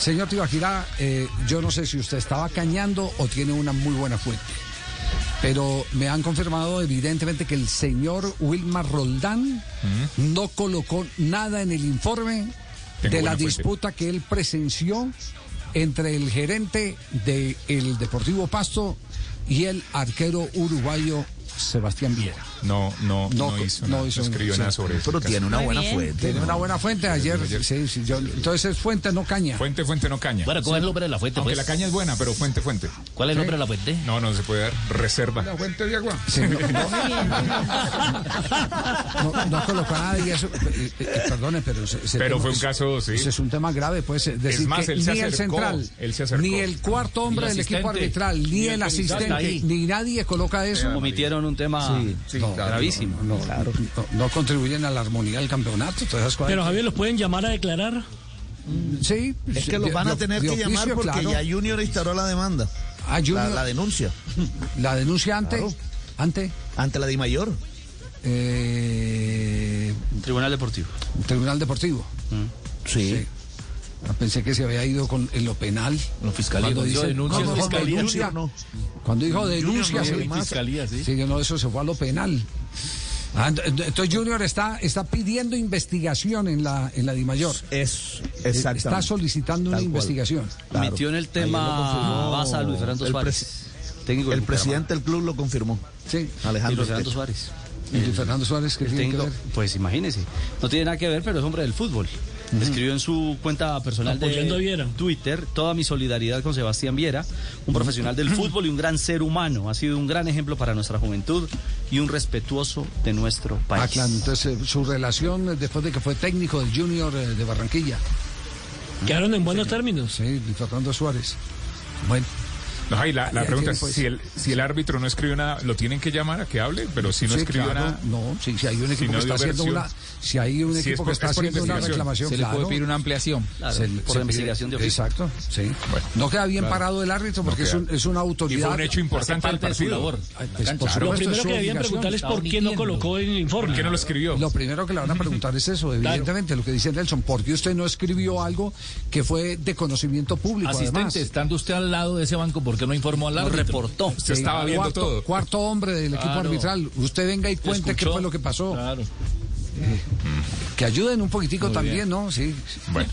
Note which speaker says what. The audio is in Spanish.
Speaker 1: Señor Tibaquirá, eh, yo no sé si usted estaba cañando o tiene una muy buena fuente, pero me han confirmado evidentemente que el señor Wilmar Roldán no colocó nada en el informe
Speaker 2: Tengo
Speaker 1: de la
Speaker 2: buena fuente.
Speaker 1: disputa que él presenció entre el gerente del Deportivo Pasto y el arquero uruguayo Sebastián Viera.
Speaker 2: No, no,
Speaker 1: No,
Speaker 2: no,
Speaker 1: co-
Speaker 2: hizo
Speaker 1: no
Speaker 2: nada, no,
Speaker 1: hizo un-
Speaker 2: escribió
Speaker 1: sí.
Speaker 2: nada sobre eso.
Speaker 3: Pero tiene una
Speaker 4: Muy
Speaker 3: buena
Speaker 4: bien.
Speaker 3: fuente.
Speaker 1: Tiene
Speaker 3: ¿no?
Speaker 1: una buena fuente ayer. sí, sí, yo- entonces es fuente, no caña.
Speaker 2: Fuente, fuente, no caña.
Speaker 5: Bueno, ¿cuál es el nombre de la fuente?
Speaker 2: Aunque
Speaker 5: Pues?
Speaker 2: la caña es buena, pero fuente, fuente.
Speaker 5: ¿Cuál es el
Speaker 6: ¿Eh?
Speaker 5: nombre de la fuente?
Speaker 2: No, no se puede dar. Reserva.
Speaker 7: La fuente de agua.
Speaker 1: Sí, no, no- no- no colocó nada y eso. eh, eh, perdone, pero. se- se-
Speaker 2: Pero
Speaker 1: no,
Speaker 2: fue un
Speaker 1: es-
Speaker 2: caso, sí.
Speaker 1: Ese es un tema grave, pues. eh, Decir
Speaker 2: más,
Speaker 1: que
Speaker 2: él se
Speaker 1: ni el
Speaker 2: acercó,
Speaker 1: central,
Speaker 2: él se acercó.
Speaker 1: ni el cuarto hombre
Speaker 5: Ni el
Speaker 1: del equipo
Speaker 5: asistente,
Speaker 1: arbitral, ni el
Speaker 5: está
Speaker 1: asistente,
Speaker 5: ahí.
Speaker 1: ni nadie coloca eso.
Speaker 6: Omitieron un tema
Speaker 3: sí,
Speaker 6: no,
Speaker 3: claro,
Speaker 6: gravísimo.
Speaker 1: No, no- no contribuyen a la armonía del campeonato, todas esas cosas.
Speaker 8: Pero Javier, ¿los pueden llamar a declarar?
Speaker 1: sí,
Speaker 3: Es que los
Speaker 1: de-
Speaker 3: van a
Speaker 1: de-
Speaker 3: tener
Speaker 1: de
Speaker 3: que llamar
Speaker 1: oficio,
Speaker 3: porque
Speaker 1: claro.
Speaker 3: ya Junior instauró la demanda.
Speaker 1: Ah,
Speaker 3: La,
Speaker 1: Junior-
Speaker 3: la denuncia
Speaker 1: la denuncia ante.
Speaker 3: Claro.
Speaker 1: Ante.
Speaker 3: ante la DIMAYOR.
Speaker 1: eh,
Speaker 6: Tribunal Deportivo.
Speaker 1: Tribunal Deportivo.
Speaker 3: Sí.
Speaker 1: Sí. Ah, Pensé que se había ido con en lo penal.
Speaker 6: No, fiscalía,
Speaker 1: Cuando
Speaker 6: no,
Speaker 1: dice-
Speaker 6: yo denuncio,
Speaker 1: no, no, no,
Speaker 6: fiscalía,
Speaker 1: denuncia.
Speaker 3: no.
Speaker 1: Cuando dijo denuncia,
Speaker 3: no,
Speaker 1: sí,
Speaker 3: más.
Speaker 6: Fiscalía, sí.
Speaker 1: sí, yo no, eso se fue a lo penal. Ah, ent- ent- entonces Junior está, está pidiendo investigación en la, en la DIMAYOR.
Speaker 3: Es
Speaker 1: Eh, Está solicitando
Speaker 3: Tal
Speaker 1: una
Speaker 3: cual.
Speaker 1: investigación.
Speaker 3: Claro.
Speaker 6: Omitió en el
Speaker 3: Ayer lo
Speaker 6: tema
Speaker 3: confirmó
Speaker 6: Baza Luis Fernando
Speaker 3: el
Speaker 6: Suárez. Técnico
Speaker 3: El
Speaker 6: del Bucaramanga.
Speaker 3: presidente del club lo confirmó.
Speaker 1: Sí.
Speaker 6: Y
Speaker 3: Alejandro.
Speaker 6: Luis Fernando
Speaker 3: Espejo.
Speaker 6: Suárez.
Speaker 1: Y Fernando Suárez, que
Speaker 6: Ah, eh, El
Speaker 1: tiene que
Speaker 6: técnico,
Speaker 1: ver.
Speaker 6: pues imagínese, no tiene nada que ver, pero es hombre del fútbol. Escribió en su cuenta personal
Speaker 8: Apoyando a Viera.
Speaker 6: de Twitter toda mi solidaridad con Sebastián Viera, un profesional del fútbol y un gran ser humano. Ha sido un gran ejemplo para nuestra juventud y un respetuoso de nuestro país.
Speaker 1: Ah, claro, entonces eh, su relación eh, después de que fue técnico del Junior eh, de Barranquilla.
Speaker 8: ¿Quedaron en buenos términos?
Speaker 1: Sí, Luis Fernando Suárez. Bueno,
Speaker 2: No, y la, la
Speaker 1: Ya
Speaker 2: pregunta
Speaker 1: tiene,
Speaker 2: es,
Speaker 1: pues.
Speaker 2: si, el, si el árbitro no escribió nada, ¿lo tienen que llamar a que hable? Pero si no
Speaker 1: sí,
Speaker 2: escribió
Speaker 1: claro,
Speaker 2: nada...
Speaker 1: No, sí, si hay un equipo
Speaker 2: no
Speaker 1: que está
Speaker 2: dio
Speaker 1: haciendo
Speaker 2: versión.
Speaker 1: una, si hay un
Speaker 2: Si es
Speaker 1: equipo que
Speaker 2: por-
Speaker 1: está
Speaker 2: es por
Speaker 1: haciendo una
Speaker 2: investigación.
Speaker 1: reclamación,
Speaker 9: Se le
Speaker 1: claro.
Speaker 9: puede pedir una ampliación.
Speaker 6: Claro,
Speaker 1: Se-
Speaker 6: por
Speaker 1: se
Speaker 6: investigación
Speaker 1: pide-
Speaker 6: de oficio.
Speaker 1: Exacto, sí. no queda bien parado el árbitro porque es,
Speaker 2: queda.
Speaker 1: un- es una
Speaker 2: Y fue
Speaker 1: autoridad.
Speaker 2: un hecho importante del
Speaker 5: parte de su
Speaker 2: partido.
Speaker 5: labor.
Speaker 1: Ay, pues, por
Speaker 2: Claro.
Speaker 8: Lo
Speaker 1: supuesto, es
Speaker 8: primero
Speaker 1: su
Speaker 8: que debían
Speaker 1: obligación.
Speaker 8: preguntarles es por
Speaker 5: Está
Speaker 8: qué no
Speaker 5: omitiendo.
Speaker 8: colocó en el
Speaker 2: ¿Por
Speaker 8: informe.
Speaker 2: qué no lo escribió?
Speaker 1: Lo primero que le van a preguntar es eso, evidentemente, lo que dice Nelson, ¿por qué usted no escribió algo que fue de conocimiento público?
Speaker 9: Asistente,
Speaker 1: además?
Speaker 9: estando usted al lado de ese banco, ¿por qué no informó al
Speaker 6: Lo
Speaker 9: árbitro?
Speaker 6: reportó.
Speaker 2: Se estaba viendo
Speaker 1: Eh, cuarto,
Speaker 2: todo.
Speaker 1: Cuarto hombre del equipo
Speaker 9: Claro.
Speaker 1: arbitral, usted venga y
Speaker 9: ¿Lo
Speaker 1: cuente qué
Speaker 9: escuchó?
Speaker 1: fue lo que pasó.
Speaker 9: Claro.
Speaker 1: Que ayuden un poquitico
Speaker 9: Muy
Speaker 1: también,
Speaker 9: bien.
Speaker 1: ¿no? Sí.
Speaker 2: Bueno.